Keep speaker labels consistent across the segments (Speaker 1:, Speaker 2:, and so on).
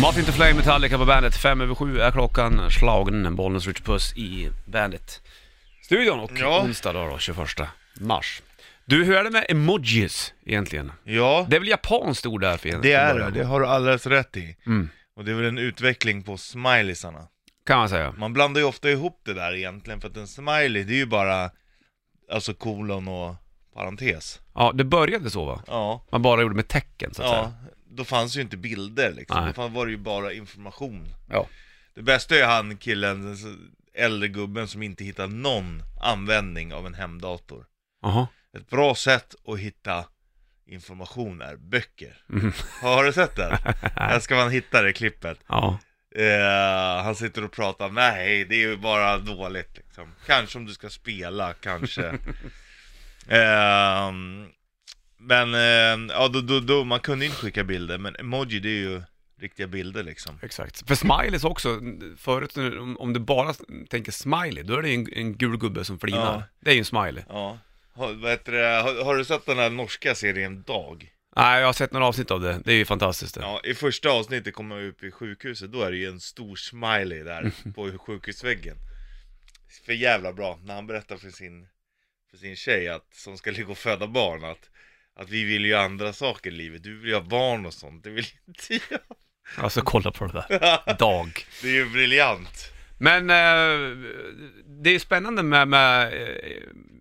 Speaker 1: Martin to Flame Metallica på bandet. Fem över sju är klockan. Slagen Bollnäs Rich Puss i bandet. Studion och
Speaker 2: Ja.
Speaker 1: onsdag då, då, 21 mars. Du, hur är det med emojis egentligen?
Speaker 2: Ja,
Speaker 1: Det är väl japanskt ord där för egentligen?
Speaker 2: det är
Speaker 1: från
Speaker 2: det.
Speaker 1: början?
Speaker 2: Det har du alldeles rätt i.
Speaker 1: Mm.
Speaker 2: Och det är väl en utveckling på smileysarna.
Speaker 1: Kan man säga.
Speaker 2: Man blandar ju ofta ihop det där egentligen, för att en smiley det är ju bara alltså kolon och parentes.
Speaker 1: Ja, det började så va?
Speaker 2: Ja,
Speaker 1: Man bara gjorde med tecken så att
Speaker 2: ja.
Speaker 1: säga.
Speaker 2: Då fanns ju inte bilder liksom,
Speaker 1: Nej.
Speaker 2: då fan var det ju bara information.
Speaker 1: Ja.
Speaker 2: Det bästa är han killen, den s- äldre gubben som inte hittar någon användning av en hemdator.
Speaker 1: Jaha.
Speaker 2: Ett bra sätt att hitta information är böcker.
Speaker 1: Mhm.
Speaker 2: Har du sett den? Här ska man hitta det klippet.
Speaker 1: Ja.
Speaker 2: Eh, han sitter och pratar, nej det är ju bara dåligt liksom. Kanske om du ska spela, kanske. Ehm, men, eh, ja då, då, då, man kunde ju inte skicka bilder, men emoji det är ju riktiga bilder liksom.
Speaker 1: Exakt. För smileys också, förut om, om du bara tänker smiley, då är det ju en, en gul gubbe som flinar.
Speaker 2: Ja.
Speaker 1: Det är ju en smiley.
Speaker 2: Ja. Har, vad heter det? Har, har du sett den här norska serien Dag?
Speaker 1: Nej, jag har sett några avsnitt av det. Det är ju fantastiskt det.
Speaker 2: Ja, i första avsnittet kommer vi upp i sjukhuset, då är det ju en stor smiley där på sjukhusväggen. För jävla bra, när han berättar för sin, för sin tjej att, som ska ligga och föda barn att, att vi vill ju andra saker i livet, du vill ju ha barn och sånt, det vill inte jag.
Speaker 1: Alltså kolla på det där. Dag.
Speaker 2: Det är ju briljant.
Speaker 1: Men eh, det är ju spännande med, med eh,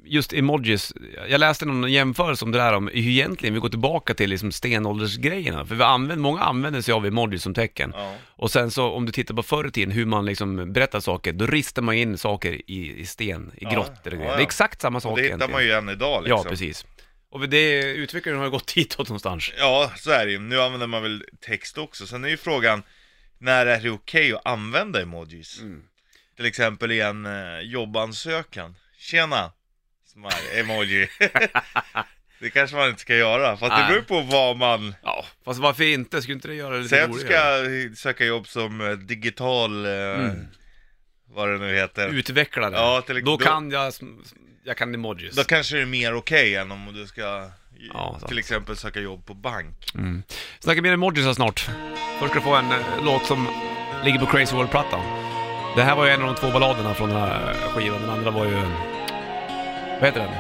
Speaker 1: just emojis. Jag läste någon jämförelse om det där om hur egentligen vi går tillbaka till liksom stenåldersgrejerna. För vi använder, många använder sig av emojis som tecken.
Speaker 2: Ja.
Speaker 1: Och sen så om du tittar på förr i tiden hur man liksom berättar saker, då ristar man in saker i, i sten, i
Speaker 2: Ja,
Speaker 1: grott eller
Speaker 2: ja,
Speaker 1: grejer.
Speaker 2: ja.
Speaker 1: Det är exakt samma sak
Speaker 2: Och det hittar man ju än idag liksom.
Speaker 1: Ja, precis. Och det utvecklingen har ju gått hitåt någonstans.
Speaker 2: Ja, så är det ju. Nu använder man väl text också. Sen är ju frågan, när är det okej att använda emojis?
Speaker 1: Mm.
Speaker 2: Till exempel i en eh, jobbansökan. Tjena! Smile, emoji. det kanske man inte ska göra, för att det
Speaker 1: Nej.
Speaker 2: beror på vad man...
Speaker 1: Ja, fast varför inte? Skulle inte det göra det lite
Speaker 2: Säg att du
Speaker 1: roligare?
Speaker 2: ska söka jobb som eh, digital... Eh,
Speaker 1: Mm.
Speaker 2: Vad det nu heter.
Speaker 1: Utvecklare.
Speaker 2: Ja, till-
Speaker 1: då,
Speaker 2: då-
Speaker 1: kan jag, sm- jag kan emojis.
Speaker 2: Då kanske det är mer okej än om du ska
Speaker 1: Ja, sant.
Speaker 2: till exempel söka jobb på bank.
Speaker 1: Mm. Snacka mer emojis här snart. Först ska du få en eh, låt som ligger på Crazy World-plattan. Det här var ju en av de två balladerna från den här eh, skivan, den andra var ju... Vad heter den?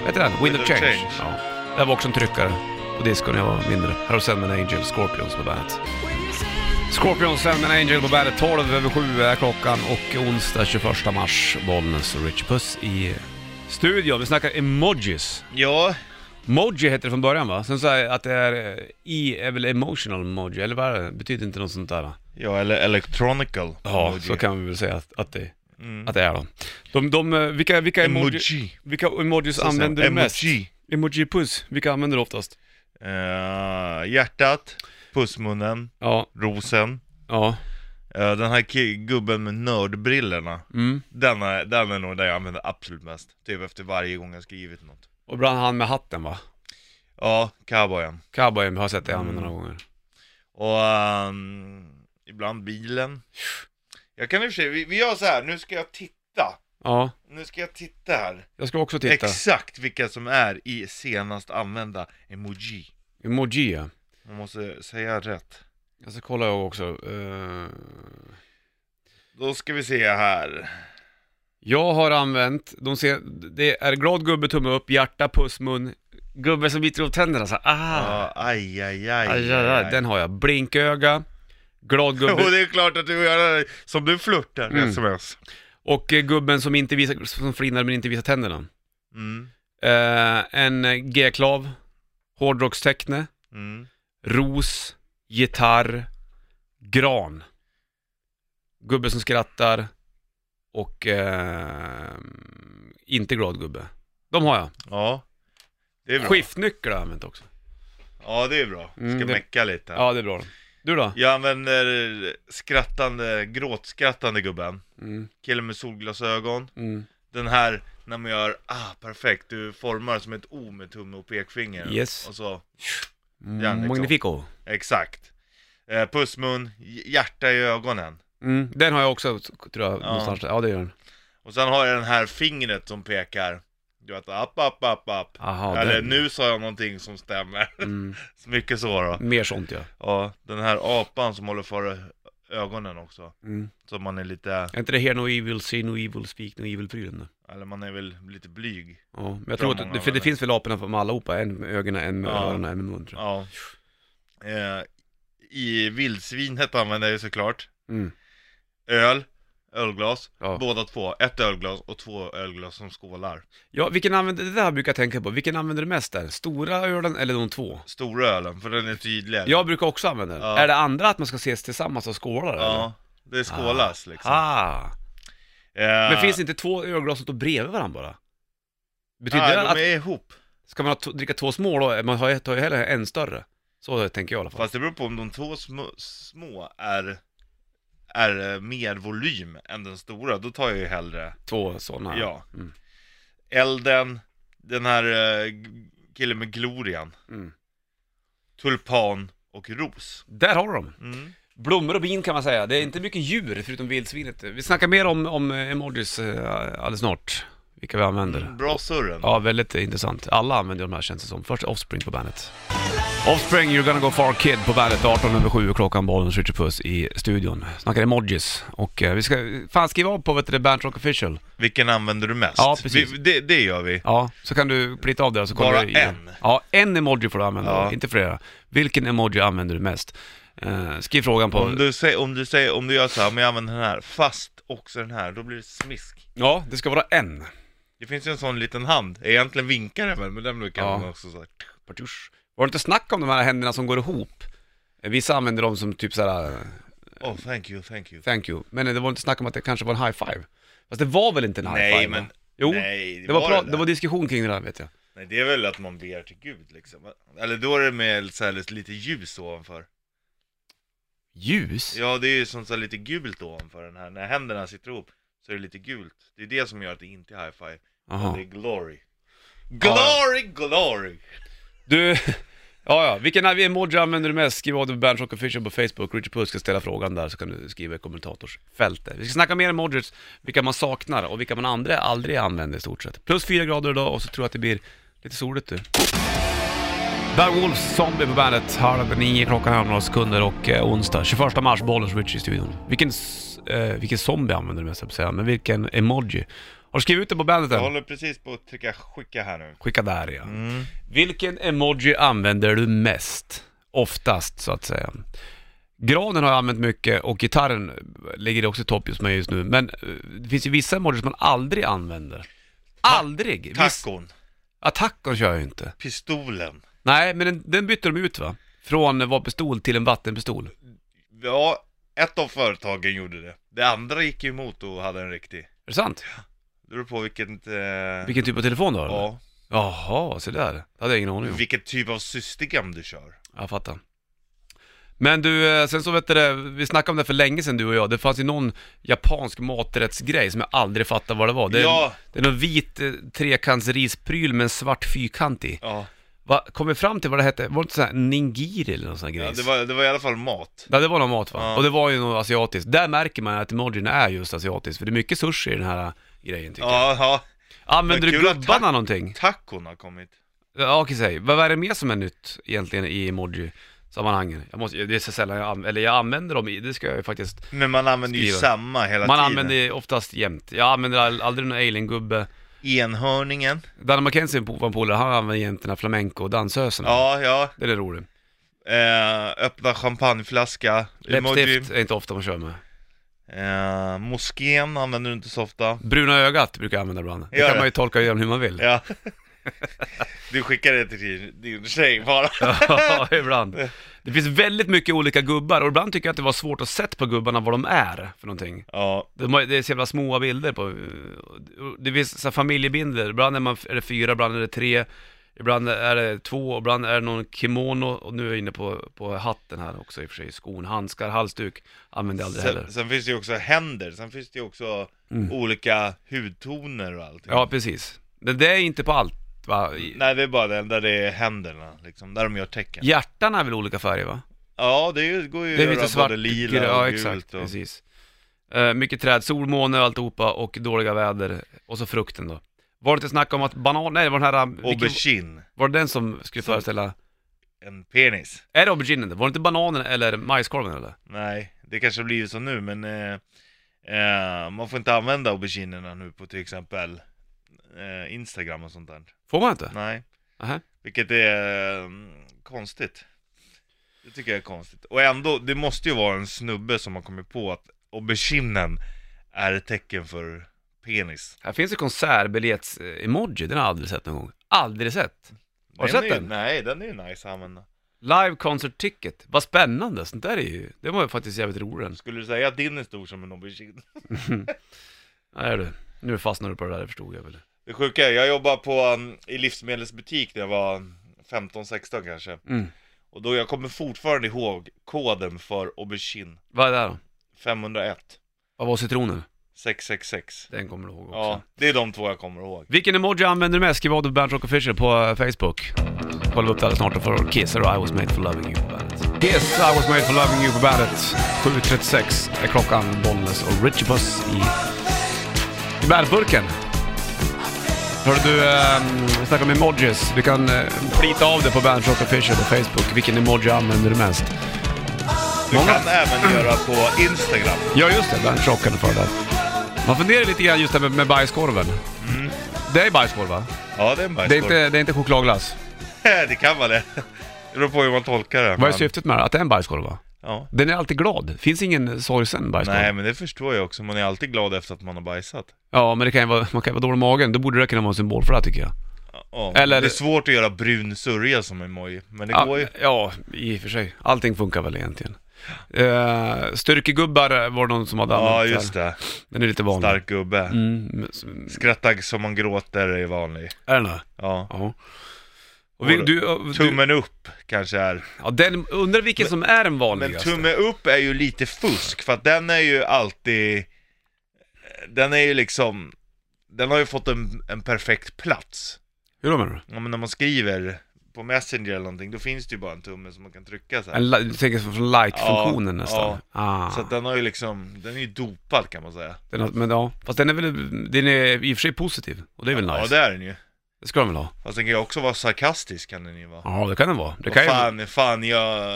Speaker 1: Vad heter den? Wind, of
Speaker 2: of
Speaker 1: Change.
Speaker 2: Change.
Speaker 1: Ja. Det här var också en tryckare på disco när jag var mindre. Här har Send Me An Angel, Scorpions på bandet. Scorpions, Send Me An Angel på bandet. 12 över 7 är klockan och onsdag 21 mars, Bollnäs och Richie Puss i studion. Vi snackar emojis.
Speaker 2: Ja,
Speaker 1: Moji heter det från början va? Sen så är att det är, eh, E är väl emotional moji, eller vad är det? Betyder inte något sånt där va?
Speaker 2: ja eller electronical
Speaker 1: Ja,
Speaker 2: emoji.
Speaker 1: så kan vi väl säga att, att, det,
Speaker 2: Mm.
Speaker 1: att det är då. De, de, eh, vilka, vilka, emoji,
Speaker 2: Emoji.
Speaker 1: vilka emojis
Speaker 2: Så
Speaker 1: använder du
Speaker 2: sen,
Speaker 1: mest?
Speaker 2: emoji.
Speaker 1: Emoji-puss, vilka använder du oftast?
Speaker 2: Eh, hjärtat, pussmunnen,
Speaker 1: Ja,
Speaker 2: rosen.
Speaker 1: ja,
Speaker 2: Eh, den här ki- gubben med nördbrillorna.
Speaker 1: mm.
Speaker 2: Den är, den är nog den jag använder absolut mest. Typ efter varje gång jag skrivit något.
Speaker 1: Och ibland han med hatten va?
Speaker 2: Ja, cowboyen.
Speaker 1: Cowboyen har jag sett dig använda
Speaker 2: Mm.
Speaker 1: några gånger.
Speaker 2: Och ehm, ibland bilen. Jag kan i och för sig, vi, vi gör så här. nu ska jag titta.
Speaker 1: Ja,
Speaker 2: Nu ska jag titta här.
Speaker 1: jag ska också titta.
Speaker 2: Exakt vilka som är i senast använda emoji.
Speaker 1: Emoji ja.
Speaker 2: Man måste säga rätt.
Speaker 1: Jag ska kolla jag också. Eh,
Speaker 2: Då ska vi se här.
Speaker 1: Jag har använt, de ser, det är glad gubbe, tumme upp, hjärta, puss, mun. Gubbe som biter ihop tänderna så här, ah,
Speaker 2: Ja, aj, aj, aj,
Speaker 1: aj, aj, aj. Den har jag. Blinköga, glad
Speaker 2: Och
Speaker 1: gubbe
Speaker 2: det är klart att du gör det som du flörtar med
Speaker 1: Mm.
Speaker 2: sms.
Speaker 1: och eh, gubben som inte visar, som flinar men inte visar tänderna.
Speaker 2: Mm.
Speaker 1: Eh, en eh, G-klav, hårdrocksteckne,
Speaker 2: Mm.
Speaker 1: ros, gitarr, gran. Gubbe som skrattar och eh, inte glad gubbe. De har jag.
Speaker 2: Ja, det är bra.
Speaker 1: Skiftnyckel har jag använt också.
Speaker 2: Ja, det är bra. Ska
Speaker 1: Mm, det-
Speaker 2: mecka lite.
Speaker 1: Ja, det är bra. Du då?
Speaker 2: Jag använder skrattande, gråtskrattande gubben.
Speaker 1: Mm,
Speaker 2: Killen med solglasögon.
Speaker 1: mm.
Speaker 2: Den här när man gör, ah perfekt, du formar som ett O med tumme och pekfinger.
Speaker 1: Yes.
Speaker 2: Och så,
Speaker 1: mm.
Speaker 2: Järnvägsåk.
Speaker 1: Magnifico.
Speaker 2: exakt. Eh, pussmun, hj- hjärta i ögonen.
Speaker 1: Mm. Den har jag också, tror jag, någonstans där. Ja, det gör den.
Speaker 2: Och sen har jag den här fingret som pekar. Du vet, app, app, app, app.
Speaker 1: Aha,
Speaker 2: Eller
Speaker 1: den.
Speaker 2: nu sa jag någonting som stämmer.
Speaker 1: Mm.
Speaker 2: Så Mycket så då.
Speaker 1: Mer sånt ja.
Speaker 2: Ja, den här apan som håller för ögonen också.
Speaker 1: Mm.
Speaker 2: Så man är lite,
Speaker 1: Är inte det Hear No Evil, See No Evil, Speak No Evil-prylen? då?
Speaker 2: eller man är väl lite blyg.
Speaker 1: Ja, men jag tror
Speaker 2: Tror
Speaker 1: att, för
Speaker 2: många
Speaker 1: det
Speaker 2: använder.
Speaker 1: finns väl aporna med allihopa, en med ögonen, en med
Speaker 2: Ja.
Speaker 1: öronen, en med munnen tror jag.
Speaker 2: Ja. Eh, I vildsvinet använder jag ju såklart
Speaker 1: Mm.
Speaker 2: öl, ölglas,
Speaker 1: Ja.
Speaker 2: båda två. Ett ölglas och två ölglas som skålar.
Speaker 1: ja, vilken använder, det där brukar jag tänka på, vilken använder du mest där? Stora ölen eller de två?
Speaker 2: Stora ölen, för den är tydligare.
Speaker 1: Jag brukar också använda den.
Speaker 2: Ja.
Speaker 1: Är det andra att man ska ses tillsammans och skåla eller?
Speaker 2: Ja, det skålas liksom.
Speaker 1: Ah.
Speaker 2: Eh,
Speaker 1: Men finns det inte två ölglas som står bredvid varandra bara? Betyder
Speaker 2: nej,
Speaker 1: det att,
Speaker 2: de är ihop.
Speaker 1: ska man ha t- dricka två små då, man har, ju- tar ju hellre en större. Så tänker jag i alla fall.
Speaker 2: Fast det beror på om de två små, små är, är eh, mer volym än den stora, då tar jag ju hellre
Speaker 1: Två sådana.
Speaker 2: Ja.
Speaker 1: Mm.
Speaker 2: Elden, den här eh, g- killen med glorian,
Speaker 1: Mm.
Speaker 2: tulpan och ros.
Speaker 1: Där har du dem.
Speaker 2: Mm.
Speaker 1: Blommor och bin kan man säga. Det är inte mycket djur förutom vildsvinet. Vi snackar mer om, om emojis eh, alldeles snart. Vilka vi använder.
Speaker 2: Mm, Bra surren.
Speaker 1: Ja, väldigt eh, intressant. Alla använder de här känns det som. Först Offspring på bandet. Offspring, You're gonna go far kid på bandet. 18 över 7 klockan, bollen Richard Puss i studion. Snackar emojis. Och eh, vi ska fan skriva av på vet du, det, Bandrock official.
Speaker 2: Vilken använder du mest?
Speaker 1: Ja, precis.
Speaker 2: Vi, det, det gör vi.
Speaker 1: Ja, så kan du plita av det och så kollar
Speaker 2: Bara
Speaker 1: du i-
Speaker 2: en?
Speaker 1: Ja, en emoji får du använda,
Speaker 2: Ja.
Speaker 1: inte flera. Vilken emoji använder du mest? Eh, skriv frågan på...
Speaker 2: Om du, säger, om, du säger, om du gör så här, men jag använder den här, fast också den här, då blir det smisk.
Speaker 1: Ja, det ska vara en.
Speaker 2: Det finns ju en sån liten hand, egentligen vinkar den väl, men den brukar
Speaker 1: Ja.
Speaker 2: man också så här.
Speaker 1: Partusch. Var det inte snack om de här händerna som går ihop? Eh, Vissa använder dem som typ såhär,
Speaker 2: Oh, thank you, thank you.
Speaker 1: thank you. Men eh, det var inte snack om att det kanske var en high five? Fast det var väl inte en high
Speaker 2: Nej,
Speaker 1: five?
Speaker 2: men-
Speaker 1: va? Jo,
Speaker 2: Nej,
Speaker 1: det, var pra-
Speaker 2: där.
Speaker 1: det var diskussion kring det där vet jag.
Speaker 2: Nej, det är väl att man ber till Gud liksom. Eller då är det med så här, lite ljus ovanför.
Speaker 1: Ljus?
Speaker 2: Ja, det är ju som så här lite gult ovanför den här. När händerna sitter ihop så är det lite gult. Det är det som gör att det inte är high five.
Speaker 1: Jaha.
Speaker 2: Det är glory. Glory, glory!
Speaker 1: Du, ja ja, vilken av emoji använder du mest? Skriv av det på Bandrock Official på Facebook, Richard Puss ska ställa frågan där så kan du skriva i kommentatorsfältet. Vi ska snacka mer emojis, vilka man saknar och vilka man andra aldrig använder i stort sett. Plus fyra grader idag och så tror jag att det blir lite soligt du. Bad Wolves, Zombie på bandet, halv nio klockan är om några sekunder och eh, onsdag 21 mars, Bollens Rich i studion. Vilken, s- eh, vilken zombie använder du mest höll jag på att säga, men vilken emoji? Har du skrivit ut det på bandet
Speaker 2: Jag
Speaker 1: än?
Speaker 2: håller precis på att trycka skicka här nu.
Speaker 1: Skicka där ja.
Speaker 2: Mm.
Speaker 1: Vilken emoji använder du mest? Oftast, så att säga. Granen har jag använt mycket och gitarren ligger också i topp just, med just nu. Men eh, det finns ju vissa emojis man aldrig använder. Aldrig! Viss-
Speaker 2: Tacon,
Speaker 1: Ja, tacon kör jag ju inte.
Speaker 2: pistolen.
Speaker 1: Nej, men den, den bytte de ut va? Från eh, vapenpistol till en vattenpistol.
Speaker 2: Ja, ett av företagen gjorde det. Det andra gick emot och hade en riktig.
Speaker 1: Är det sant?
Speaker 2: Det beror på vilket... Eh...
Speaker 1: Vilken typ av telefon du har? eller?
Speaker 2: Ja,
Speaker 1: Jaha, så där. Det hade jag ingen aning om.
Speaker 2: vilket typ av system du kör.
Speaker 1: Jag fattar. Men du, eh, sen så vet du det, vi snackade om det för länge sedan du och jag. Det fanns ju någon japansk maträttsgrej som jag aldrig fattade vad det var. Det är,
Speaker 2: Ja.
Speaker 1: det är någon vit eh, trekantsrispryl med en svart fyrkant i.
Speaker 2: Ja,
Speaker 1: Va, kom vi fram till vad det hette? Var det inte sån här ningiri eller någon sån här grej?
Speaker 2: ja det, var, det var i alla fall mat.
Speaker 1: Ja, det var någon mat va?
Speaker 2: Ja.
Speaker 1: Och det var ju något asiatiskt. Där märker man att emojin är just asiatisk, för det är mycket sushi i den här eh, grejen tycker jag.
Speaker 2: Ja, ja.
Speaker 1: Använder
Speaker 2: men
Speaker 1: du
Speaker 2: kul att
Speaker 1: gubbarna
Speaker 2: tack-
Speaker 1: någonting?
Speaker 2: Tacon har kommit.
Speaker 1: Ja, okej, säg. Vad vad är det mer som är nytt egentligen i emoji-sammanhangen? Jag måste, det är så sällan jag använder, eller jag använder dem, i- det ska jag ju faktiskt.
Speaker 2: Men man använder ju
Speaker 1: Skriva.
Speaker 2: samma hela
Speaker 1: Man
Speaker 2: tiden.
Speaker 1: använder det oftast jämt. Jag använder all- aldrig någon alien-gubbe.
Speaker 2: Enhörningen.
Speaker 1: Danny McKenzie på en polare, han använder jämt den här flamenco-dansöserna.
Speaker 2: Ja, ja.
Speaker 1: Det är det roligt.
Speaker 2: Eh, öppna champagneflaska.
Speaker 1: Läppstift är inte ofta man kör med.
Speaker 2: Eh, moskén använder du inte så ofta.
Speaker 1: Bruna ögat brukar jag använda ibland. Det
Speaker 2: Gör
Speaker 1: kan
Speaker 2: det.
Speaker 1: man ju tolka igenom hur man vill.
Speaker 2: Ja. du skickar det till din, din tjej bara.
Speaker 1: Ja, ibland. Det finns väldigt mycket olika gubbar och ibland tycker jag att det var svårt att se på gubbarna vad de är för någonting.
Speaker 2: ja.
Speaker 1: De har, det är så jävla små bilder på, det finns så här familjebilder, ibland är, man, är det fyra, ibland är det tre, ibland är det två, ibland är det någon kimono, och nu är jag inne på, på hatten här också i och för sig, skon, handskar, halsduk, använder jag aldrig heller. Mm.
Speaker 2: Sen, sen finns det ju också händer, sen finns det ju också olika hudtoner och allting.
Speaker 1: Ja, precis. Men det är inte på allt va? I-
Speaker 2: Nej, det är bara den där det är händerna, liksom, där de gör tecken. Ja,
Speaker 1: Hjärtan är väl olika färger va?
Speaker 2: det är ju- går ju
Speaker 1: Det är
Speaker 2: att göra
Speaker 1: lite svart,
Speaker 2: både
Speaker 1: gul-
Speaker 2: lila
Speaker 1: ja
Speaker 2: och
Speaker 1: exakt,
Speaker 2: gult och...
Speaker 1: precis. Eh, mycket träd, sol, måne och alltihopa och dåliga väder, och så frukten då. Var det inte snack om att banan, nej det var den här, vilken,
Speaker 2: Aubergine,
Speaker 1: var det den som skulle
Speaker 2: Så-
Speaker 1: föreställa?
Speaker 2: en penis.
Speaker 1: Är det auberginen? Var det inte bananen eller majskorven eller?
Speaker 2: Nej, det kanske har blivit så nu men eh, eh, man får inte använda auberginerna nu på till exempel eh, Instagram och sånt där.
Speaker 1: Får man inte?
Speaker 2: Nej,
Speaker 1: Aha.
Speaker 2: vilket är eh, konstigt. Det tycker jag är konstigt. Och ändå, det måste ju vara en snubbe som har kommit på att auberginen är ett tecken för penis.
Speaker 1: Här finns ju konsertbiljets-emoji, den har jag aldrig sett någon gång. Aldrig sett! Har du
Speaker 2: är
Speaker 1: sett
Speaker 2: ju,
Speaker 1: den?
Speaker 2: Nej, den är ju nice att använda.
Speaker 1: Live concert ticket, vad spännande! Sånt där är ju, det var ju faktiskt jävligt roligt.
Speaker 2: Skulle du säga att din är stor som en aubergine?
Speaker 1: Nej du, nu fastnar du på det där, det förstod jag väl.
Speaker 2: Det sjuka är, jag jobbade på, um, i livsmedelsbutik när jag var 15-16 kanske.
Speaker 1: Mm.
Speaker 2: Och då jag kommer fortfarande ihåg koden för aubergine
Speaker 1: Vad är det här då?
Speaker 2: 501
Speaker 1: Vad var citronen?
Speaker 2: 666
Speaker 1: Den kommer du ihåg också.
Speaker 2: Ja, det är de två jag kommer ihåg
Speaker 1: Vilken emoji använder du mest? Skriv av det på Bandrock Official på eh, Facebook. Kolla upp det alldeles snart och får Kiss eller I was made for loving you på bandet. Kiss, I was made for loving you på bandet. 7.36 är klockan, Bollnäs och Richie Puss i, i bandburken. Hörru du, ehm, vi snackar om emojis. Du kan eh, plita av det på Bandrock Official på Facebook. Vilken emoji använder du mest?
Speaker 2: Du
Speaker 1: Många-
Speaker 2: kan även göra på Instagram
Speaker 1: Ja just det, Bandrock eller för det. Man funderar lite grann just det här med, med bajskorven.
Speaker 2: Mm.
Speaker 1: Det är bajskorv va?
Speaker 2: Ja, det är en
Speaker 1: Det är,
Speaker 2: bajskorv
Speaker 1: inte, det är inte chokladglass?
Speaker 2: det, kan vara det Det beror på hur man tolkar det
Speaker 1: Vad är
Speaker 2: men-
Speaker 1: syftet med det? Att det är en bajskorv va?
Speaker 2: ja.
Speaker 1: Den är alltid glad. Finns ingen sorgsen bajskorv?
Speaker 2: Nej, men det förstår jag också, man är alltid glad efter att man har bajsat
Speaker 1: Ja, men det kan ju vara, man kan ju vara dålig i magen. Då borde det kunna vara en symbol för det tycker jag.
Speaker 2: ja.
Speaker 1: Eller-
Speaker 2: Det är svårt att göra brun sörja som emoji, men det går ju
Speaker 1: Ja, ja, i och för sig. Allting funkar väl egentligen. Uh, styrkegubbar var det någon som hade
Speaker 2: Ja,
Speaker 1: använt
Speaker 2: just
Speaker 1: där.
Speaker 2: det,
Speaker 1: Den är lite vanlig.
Speaker 2: stark gubbe
Speaker 1: Mm, men s-
Speaker 2: Skratta som man gråter är vanlig
Speaker 1: är den det?
Speaker 2: Ja,
Speaker 1: Ja. Och vi, du, och du,
Speaker 2: tummen upp kanske är
Speaker 1: ja, den, undrar vilken som är den
Speaker 2: Men
Speaker 1: vanligaste.
Speaker 2: tumme upp är ju lite fusk, för att den är ju alltid... Den är ju liksom... Den har ju fått en, en perfekt plats.
Speaker 1: Hur då menar du?
Speaker 2: Ja, men när man skriver på Messenger eller någonting, då finns det ju bara en tumme som man kan trycka så här.
Speaker 1: En, li- du tänker från like-funktionen
Speaker 2: Ja,
Speaker 1: nästan?
Speaker 2: ja.
Speaker 1: Ah.
Speaker 2: Så att den har ju liksom, den är ju dopad kan man säga.
Speaker 1: den, har- men ja, fast den är väl, den är i och för sig positiv. Och det är väl nice.
Speaker 2: Ja
Speaker 1: det...
Speaker 2: det är den ju.
Speaker 1: ska de väl ha?
Speaker 2: Fast den kan ju också vara sarkastisk kan den ju vara.
Speaker 1: Ja, det kan den vara. Det kan
Speaker 2: Vad
Speaker 1: ju...
Speaker 2: fan, fan jag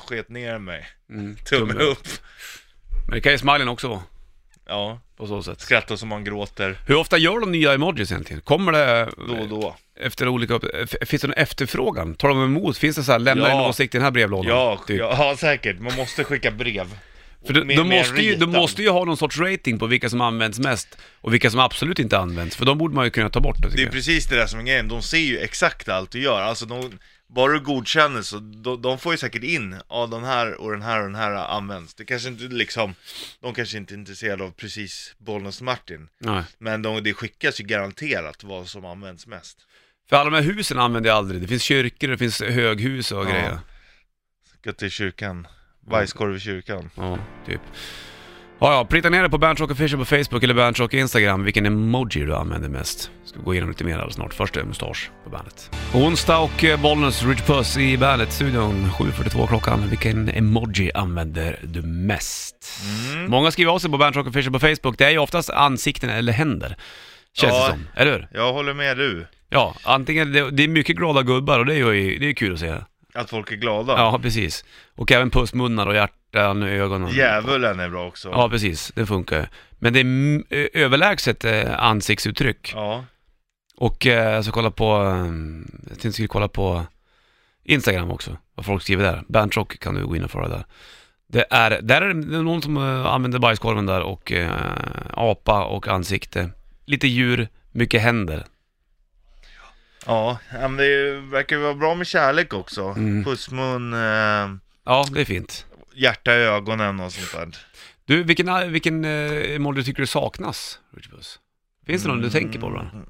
Speaker 2: sket ner mig.
Speaker 1: Mm,
Speaker 2: Tumme upp.
Speaker 1: Men det kan ju smilen också vara,
Speaker 2: Ja,
Speaker 1: på så sätt.
Speaker 2: skratta som man gråter.
Speaker 1: Hur ofta gör de nya emojis egentligen? Kommer det
Speaker 2: Då och då.
Speaker 1: efter olika... upp- f- Finns det någon efterfrågan? Tar de emot? Finns det så här, lämna
Speaker 2: Ja.
Speaker 1: en åsikt i den här brevlådan?
Speaker 2: Ja,
Speaker 1: typ.
Speaker 2: ja, ja, säkert. Man måste skicka brev.
Speaker 1: För de,
Speaker 2: Med-
Speaker 1: de,
Speaker 2: med
Speaker 1: måste ju, de
Speaker 2: ritan.
Speaker 1: måste ju ha någon sorts rating på vilka som används mest och vilka som absolut inte används, för de borde man ju kunna ta bort. tycker
Speaker 2: Det är
Speaker 1: jag.
Speaker 2: precis det där som är grejen, de ser ju exakt allt du gör, alltså de, bara du godkänner så de, de får ju säkert in, ja den här och den här och den här används. Det kanske inte liksom, de kanske inte är intresserade av precis Bollnäs Martin,
Speaker 1: Nej.
Speaker 2: men de, det skickas ju garanterat vad som används mest.
Speaker 1: För alla de här husen använder jag aldrig. Det finns kyrkor, det finns höghus och
Speaker 2: Ja.
Speaker 1: grejer.
Speaker 2: Gå till kyrkan, bajskorv i kyrkan.
Speaker 1: Ja, typ. Ja, ja, prita ner det på Bandrock Official på Facebook eller Bandrock Instagram, vilken emoji du använder mest. Ska gå igenom lite mer alldeles snart. Först är mustasch på bandet. Onsdag och eh, Bollnäs, Rich Puss i Bandet-studion. 7.42 klockan. Vilken emoji använder du mest? Många skriver av sig på Bandrock Official på Facebook. Det är ju oftast ansikten eller händer. Känns
Speaker 2: Ja.
Speaker 1: det som, eller hur?
Speaker 2: Jag håller med du,
Speaker 1: Ja, antingen, det, det är mycket glada gubbar och det är ju det är kul att se. Ja,
Speaker 2: att folk är glada.
Speaker 1: precis. Och även pussmunnar och hjärtan och ögonen.
Speaker 2: Djävulen är bra också.
Speaker 1: Ja, precis. Det funkar ju. Men det är m- ö- överlägset eh, ansiktsuttryck.
Speaker 2: Ja.
Speaker 1: Och eh, jag ska kolla på, eh, jag tänkte jag skulle kolla på Instagram också, vad folk skriver där. Bandrock kan du gå in och följa där. Det är, där är det någon som eh, använder bajskorven där och eh, apa och ansikte. Lite djur, mycket händer.
Speaker 2: Ja, men det är ju- verkar ju vara bra med kärlek också.
Speaker 1: Mm.
Speaker 2: Pussmun, eh,
Speaker 1: Ja, det är fint.
Speaker 2: hjärta i ögonen och sånt där.
Speaker 1: Du, vilken, vilken eh, emoji tycker du saknas, Richard Puss? Finns det någon du tänker på ibland?
Speaker 2: Mm.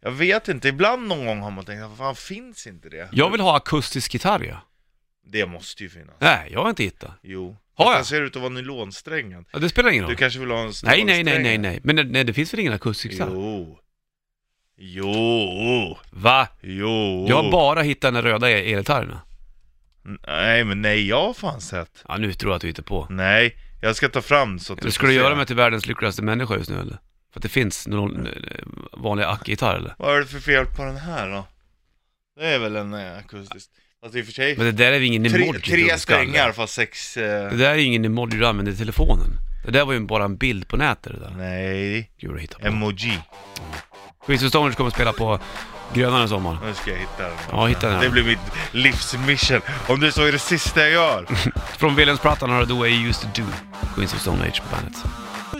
Speaker 2: Jag vet inte, ibland någon gång har man tänkt att fan finns inte det?
Speaker 1: Jag vill ha akustisk gitarr, ja.
Speaker 2: Det måste ju finnas.
Speaker 1: Nej, jag har inte hittat.
Speaker 2: Jo.
Speaker 1: Har
Speaker 2: Fast
Speaker 1: jag?
Speaker 2: Den ser ut att vara nylonsträngad.
Speaker 1: Ja, det spelar ingen roll.
Speaker 2: Du kanske vill ha en
Speaker 1: Nej, nej, nej,
Speaker 2: stålsträng?
Speaker 1: nej, nej. Men det- nej, det finns väl ingen akustisk gitarr?
Speaker 2: Jo. Jo.
Speaker 1: Va?
Speaker 2: Jo.
Speaker 1: Jag har bara hittat den röda el- elgitarren.
Speaker 2: Nej, men nej, jag har fan sett.
Speaker 1: Ja, nu tror jag att du hittar på.
Speaker 2: Nej, jag ska ta fram så att
Speaker 1: Du
Speaker 2: du
Speaker 1: skulle
Speaker 2: får se.
Speaker 1: göra mig till världens lyckligaste människa just nu eller? För att För att det finns någon eh, vanlig ackgitarr eller?
Speaker 2: Vad är det för fel på den här då? Det är väl en eh, akustisk. Fast i och för sig.
Speaker 1: Men det där är ju ingen
Speaker 2: tre
Speaker 1: emoji. du,
Speaker 2: tre
Speaker 1: skalle.
Speaker 2: strängar fast sex... Eh...
Speaker 1: Det där är ju ingen emoji du använder i telefonen. Det där var ju bara en bild på nätet det där.
Speaker 2: Nej,
Speaker 1: Gud, du hittar på.
Speaker 2: emoji.
Speaker 1: Queens of Stonehenge kommer att spela på Grönan i sommar.
Speaker 2: Nu ska jag hitta den.
Speaker 1: Ja, hitta den här.
Speaker 2: Det blir mitt livsmission. Om det så är det sista jag gör.
Speaker 1: Från Wilhelmsplattan har du The Way You Used To Do, Queens of Stone Age på bandet.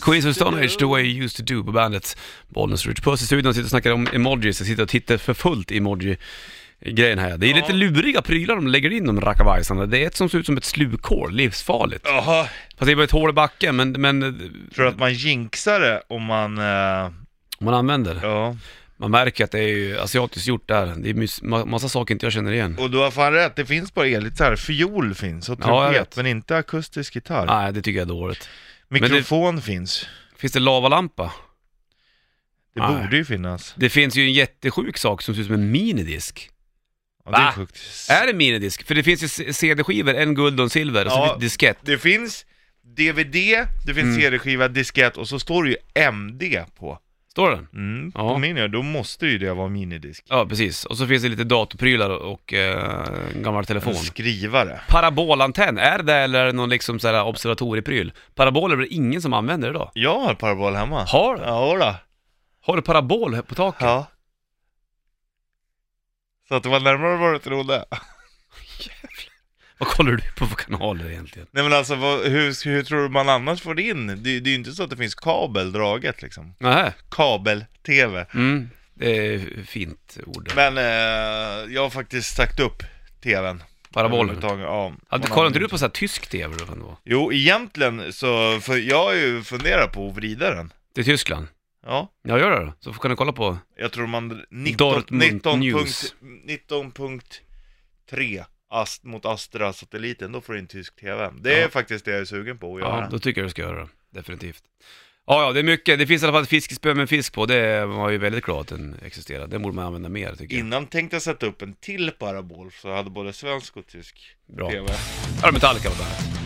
Speaker 1: Queens of Stone Age, The Way You Used To Do på bandet. Bollnäs Rich Puss i studion sitter och snackar om emojis, jag sitter och tittar för fullt i emoji-grejen här. Det är lite luriga prylar de lägger in de rackabajsarna. Det är ett som ser ut som ett slukhål, livsfarligt.
Speaker 2: Jaha.
Speaker 1: Fast det är bara ett hål i backen, men, men eh,
Speaker 2: Tror du att man jinxar det om man... eh,
Speaker 1: man använder det.
Speaker 2: ja.
Speaker 1: Man märker att det är ju asiatiskt gjort där. Det är mys- ma- massa saker inte jag känner igen.
Speaker 2: Och du har fan rätt, det finns bara elgitarr. Fiol finns och
Speaker 1: Ja, jag
Speaker 2: trumpet,
Speaker 1: vet.
Speaker 2: men inte akustisk gitarr.
Speaker 1: Nej, det tycker jag är dåligt. det-
Speaker 2: Mikrofon finns.
Speaker 1: Finns det lavalampa?
Speaker 2: Det
Speaker 1: Nej.
Speaker 2: borde ju finnas.
Speaker 1: Det finns ju en jättesjuk sak som ser ut som en minidisk.
Speaker 2: Ja, det är
Speaker 1: Va?
Speaker 2: sjukt.
Speaker 1: Är det minidisk? För det finns ju c- CD-skivor, en guld och en silver, och så
Speaker 2: Ja.
Speaker 1: finns det diskett.
Speaker 2: Det finns DVD, det finns
Speaker 1: Mm.
Speaker 2: CD-skiva, diskett och så står det ju MD på.
Speaker 1: Står den?
Speaker 2: Mm,
Speaker 1: Ja.
Speaker 2: på min ja, då måste ju det vara minidisk.
Speaker 1: Ja, precis. Och så finns det lite datorprylar och eh, en gammal telefon.
Speaker 2: En skrivare.
Speaker 1: Parabolantenn, är det det eller är det någon liksom sådär observatoriepryl? Paraboler blir det ingen som använder idag.
Speaker 2: Jag har parabol hemma.
Speaker 1: Har du?
Speaker 2: Ja, då.
Speaker 1: Har du parabol här på taket?
Speaker 2: ja. Så att det var närmare vad du trodde.
Speaker 1: Vad kollar du på för kanaler egentligen?
Speaker 2: Nej men alltså, vad, hur, hur tror du man annars får in? Det, det är ju inte så att det finns kabel draget liksom.
Speaker 1: Nähä.
Speaker 2: Kabel-tv.
Speaker 1: Mm. Det är fint ord.
Speaker 2: Men eh, jag har faktiskt sagt upp tvn.
Speaker 1: Parabolen.
Speaker 2: Överhuvudtaget, Ja.
Speaker 1: Ja, du-
Speaker 2: Man
Speaker 1: Kollar
Speaker 2: har-
Speaker 1: inte du på såhär tysk TV då? fan då?
Speaker 2: Jo, egentligen så, för jag har ju funderat på att vrida den.
Speaker 1: Till Tyskland?
Speaker 2: Ja,
Speaker 1: Ja, gör det då. Så kan du kolla på...
Speaker 2: jag tror man... 19,
Speaker 1: Dortmund
Speaker 2: 19,
Speaker 1: News.
Speaker 2: punkt- 19.3 ast, mot Astra-satelliten, då får du in tysk TV. Det är
Speaker 1: Ja.
Speaker 2: faktiskt det jag är sugen på att
Speaker 1: Ja,
Speaker 2: göra.
Speaker 1: då tycker jag du ska göra det. Definitivt. Ja, ja, det är mycket. Det finns i alla fall ett fiskespö med en fisk på. Det var ju väldigt glad att den existerar. Den borde man använda mer, tycker jag.
Speaker 2: Innan tänkte jag sätta upp en till parabol, så jag hade både svensk och tysk
Speaker 1: Bra.
Speaker 2: TV.
Speaker 1: Här har Metallica på bandet.